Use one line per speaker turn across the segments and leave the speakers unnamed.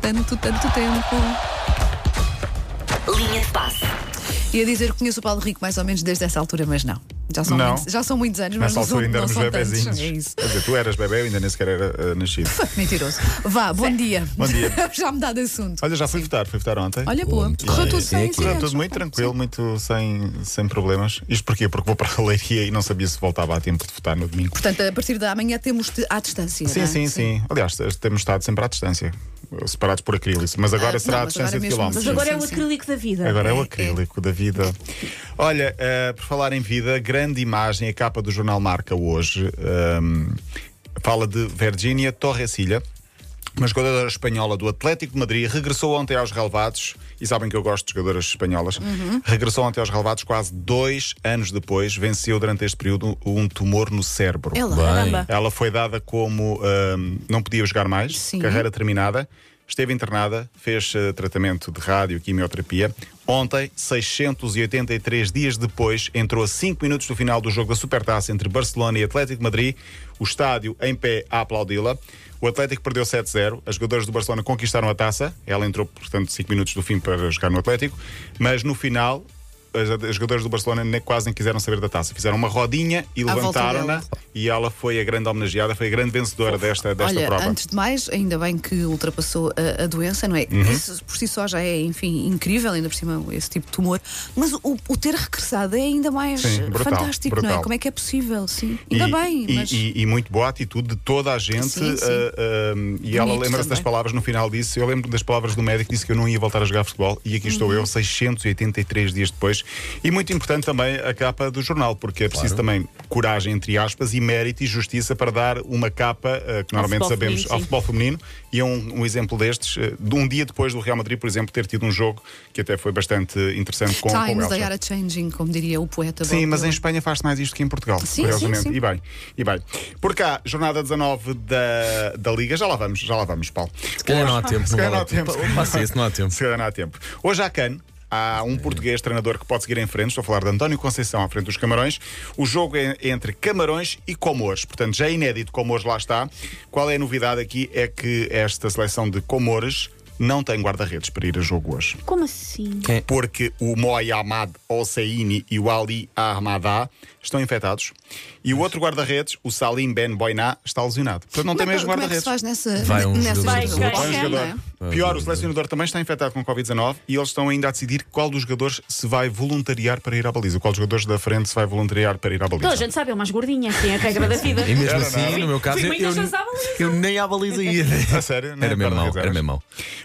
tanto, tanto tempo.
Linha de passe.
Ia dizer que conheço o Paulo Rico mais ou menos desde essa altura, mas não. Já são,
Não.
Muitos, já são muitos anos, mas
Nessa
não
altura
são,
ainda
não
éramos
são tantos.
bebezinhos.
É isso.
Quer dizer, tu eras bebê, eu ainda nem sequer era ah, nascido.
Mentiroso. Vá, bom dia.
Bom dia.
já mudar de assunto.
Olha, já fui votar, fui votar ontem.
Olha, boa.
muito
Correu
bem.
tudo sem
É aqui.
Correu
incidentes.
tudo muito tranquilo, muito sem, sem problemas. Isto porquê? Porque vou para a leiria e não sabia se voltava a tempo de votar no domingo.
Portanto, a partir da manhã temos de, à distância. não
Sim,
é?
sim, sim. Aliás, t- temos estado sempre à distância, separados por acrílico. Mas agora
Ah,
será
não,
à
mas
distância
agora
de
mesmo-
quilómetros.
mas
Mas
Sim,
agora
sim,
é o
sim.
acrílico da vida.
Agora é
É,
o
é.
acrílico da vida. Olha, eh, por falar em vida, grande imagem, a capa do jornal Marca hoje ehm, fala de Virginia Torresilha. Uma jogadora espanhola do Atlético de Madrid regressou ontem aos relevados, e sabem que eu gosto de jogadoras espanholas, regressou ontem aos relevados quase dois anos depois, venceu durante este período um tumor no cérebro.
É lá.
Bem,
Ela foi dada como ahm, não podia jogar mais,
Sim.
carreira terminada, esteve internada, fez eh, tratamento de rádio, quimioterapia. Ontem, 683 dias depois, entrou a 5 minutos do final do jogo da Supertaça entre Barcelona e Atlético de Madrid, o estádio em pé a aplaudi-la. O Atlético perdeu 7-0, as jogadoras do Barcelona conquistaram a taça, ela entrou, portanto, 5 minutos do fim para jogar no Atlético, mas no final. As as jogadoras do Barcelona nem- quase nem quiseram saber da taça. Fizeram uma rodinha e
volta
levantaram-na
dela.
e ela foi a grande homenageada, foi a grande vencedora desta, desta
Olha,
prova.
antes de mais, ainda bem que ultrapassou a, a doença, não é?
Uhum.
Isso por si só já é, enfim, incrível, ainda por cima esse tipo de tumor. Mas o, o ter regressado é ainda mais
Sim,
eh,
brutal,
fantástico, não é?
brutal.
Como é que é possível? Sim,
E,
ainda bem,
e,
mas.
e- e muito boa atitude de toda a gente.
Sim, sim.
ah, ah, e ela
Bonito
lembra-se das
também.
palavras no final disso. Eu lembro das palavras do médico que disse que eu não ia voltar a jogar futebol. E aqui
Uhum.
estou eu, 683 dias depois. E muito importante também a capa do jornal, porque é preciso também coragem, entre aspas, e mérito e justiça para dar uma capa ah, que normalmente
futebol
sabemos
feminino,
ao
sim.
futebol feminino. E é um, um exemplo destes, ah, de um dia depois do Real Madrid, por exemplo, ter tido um jogo que até foi bastante interessante com, com o
Times they
Bélgica.
are a changing, como diria o poeta.
Sim,
Bob
mas em
Dylan.
Espanha faz-se mais isto que em Portugal,
Sim,
curiosamente.
sim, sim.
E bem, e bem. Por cá, jornada 19 da, da Liga, já lá vamos, já lá vamos, Paulo.
se calhar não há tempo.
Se calhar não há
vale a
tempo.
pena. Passa isso, não há tempo.
Se calhar não há tempo. Hoje há CAN. Há um português treinador que pode seguir em frente. Estou a falar de António Conceição à frente dos Camarões. O jogo é entre Camarões e Comores. Portanto, já é inédito. Comores lá está. Qual é a novidade aqui? É que esta seleção de Comores não tem guarda-redes para ir a jogo hoje
Como assim?
Quem-
porque o Moy Ahmad Hosseini e o Ali Ahmadá estão infectados e o outro guarda-redes, o Salim Ben Boiná, está lesionado. Portanto, não tem
Como é que-
mesmo
como é que se
guarda-redes.
faz nessa.
Vai um
nessa
jogador.
Vai,
Vai um
Ok,
jogador.
não é?
Pior, o selecionador também está infectado com Covid-19 e eles estão ainda a decidir qual dos jogadores se vai voluntariar para ir à baliza. Qual dos jogadores da frente se vai voluntariar para ir à
Toda a
baliza.
gente sabe, é umas gordinhas, tem a regra da vida.
E mesmo
Era
assim,
nada.
no meu caso,
Fui
eu,
muitas vezes à baliza.
eu nem à baliza ia.
A sério? Não
Era mesmo mau,
guarda-redes,
era mesmo mau.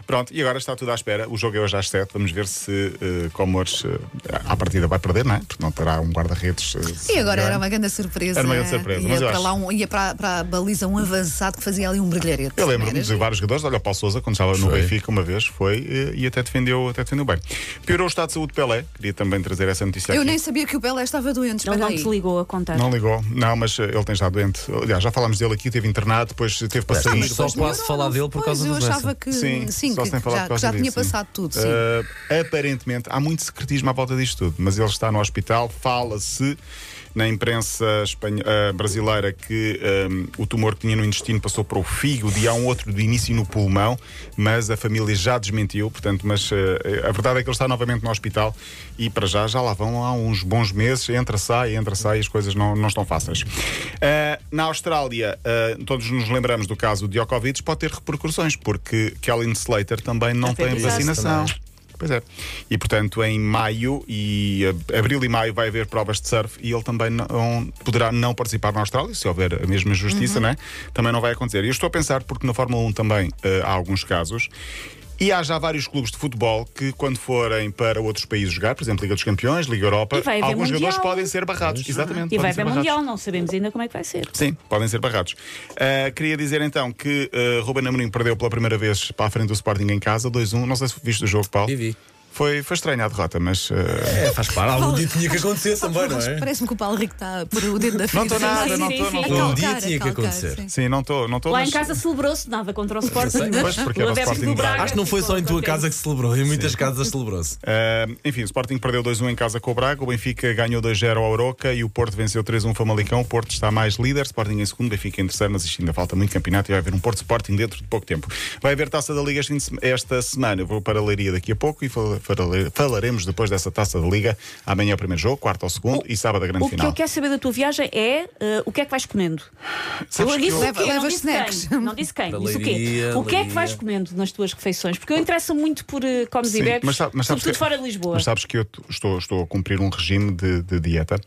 Pronto, e agora está tudo à espera. O jogo é hoje às 7. Vamos ver se eh, Comores eh, à partida vai perder, não é? Porque não terá um guarda-redes. eh,
E agora
grande.
era uma grande surpresa.
Era uma grande surpresa,
Ia,
mas eu
para,
acho-
lá um, ia para, para a baliza um avançado que fazia ali um brilharete.
Eu
Não
lembro-me
era?
de vários jogadores. Olha, o Paulo Souza, quando estava no
Foi.
Benfica, uma vez foi eh, e até defendeu, até defendeu bem. Piorou o estado de saúde de Pelé. Queria também trazer essa notícia
Eu
aqui.
nem sabia que o Pelé estava doente.
Ele
espera
não
aí.
te ligou a contar.
Não ligou. Não, mas eh, ele tem estado doente. Aliás, já falámos dele aqui, teve internado, depois teve para
Ah,
sair.
mas Só
Pois,
posso
melhorou,
falar dele por
pois,
causa
eu
da doença.
achava que
Sim,
sim,
só
que
sem falar
já,
por causa
já tinha
disso, sim.
passado tudo. Sim.
Eh, aparentemente, há muito secretismo à volta disto tudo, mas ele está no hospital. Fala-se na imprensa espanho- eh, brasileira que ehm, o tumor que tinha no intestino passou para o fígado e há um outro de início no pulmão, mas a família já desmentiu. Portanto, mas eh, a verdade é que ele está novamente no hospital e para já já lá vão há uns bons meses. Entra, sai, entra, sai, as coisas não, não estão fáceis. Eh, na Austrália, eh, todos nos lembramos do caso de Djokovic, pode ter repercussões, porque Kellen Slater também não tem
Afetizado.
vacinação. Pois é. E portanto, em maio e ab- abril e maio vai haver provas de surf e ele também não, poderá não participar na Austrália, se houver a mesma justiça,
Uhum.
né? Também não vai acontecer. E eu estou a pensar, porque na Fórmula 1 também eh, há alguns casos. E há já vários clubes de futebol que, quando forem para outros países jogar, por exemplo, Liga dos Campeões, Liga Europa,
E vai haver
alguns jogadores
Mundial.
podem ser barrados. Exatamente.
E
podem
vai
ser
para o
barrados.
Mundial, não sabemos ainda como é que vai ser.
Sim, podem ser barrados. Ah, queria dizer então um. que ah, Ruben Amorim perdeu pela primeira vez para a frente do Sporting em casa, 2-1. Não sei se viste o jogo, Paulo.
E vi.
Foi, foi estranha a derrota, mas. eh,
É, faz parte. Algum dia tinha que acontecer também, não
Mas
é?
Parece-me que o Paulo Rico está por o dedo da
Não
frente.
estou nada,
sim,
não
sim,
estou,
sim.
não
A
estou.
calcar,
Um dia
a
tinha que
calcar,
acontecer.
sim.
Sim, não estou, não estou.
Lá
mas-
em casa celebrou-se nada contra o
Eu
Sporting.
sei,
pois, porque
o
era o
adepto
Sporting
do
de Braga.
Braga.
Acho que não foi só em tua casa que celebrou, em muitas casas celebrou-se.
Ah, enfim, o Sporting perdeu 2-1 em casa com o Braga, o Benfica ganhou 2-0 ao Oroca e o Porto venceu 3-1 o Famalicão. O Porto está mais líder, Sporting em segundo, Benfica em terceiro, mas isto ainda falta muito campeonato e vai haver um Porto Sporting dentro de pouco tempo. Vai haver taça da Liga este fim de sema- esta semana. Eu vou para a Leiria daqui a pouco e fala- fala- falaremos depois dessa taça da Liga. Amanhã é o primeiro jogo, quarto ao segundo e sábado a grande
O que
final.
eu quero saber da tua viagem é eh, o que é que vais comendo.
Sabes
eu
que
disse
eu-
o quê?
Leva- leva
não disse
snacks.
quem. Não disse quem,
Da
disse o quê?
Leiria,
O que é que
Leiria.
vais comendo nas tuas refeições? Porque eu interesso muito por eh, comes e
Sim,
bebes,
mas sabe- mas sabes
sobretudo
que-
fora de Lisboa.
Mas sabes que eu t- estou, estou a cumprir um regime de, de dieta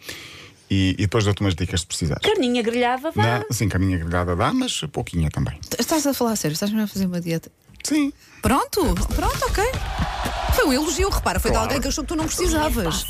e, e depois dou-te umas dicas se precisares.
Carninha grelhada, vá.
Na, sim, Né? Assim, que a minha grelhada dá, mas pouquinha também.
Estás a falar sério, estás mesmo a fazer uma dieta.
Sim.
Pronto, pronto, ok. Foi um elogio, repara, foi de
Claro.
alguém que achou que tu não precisavas.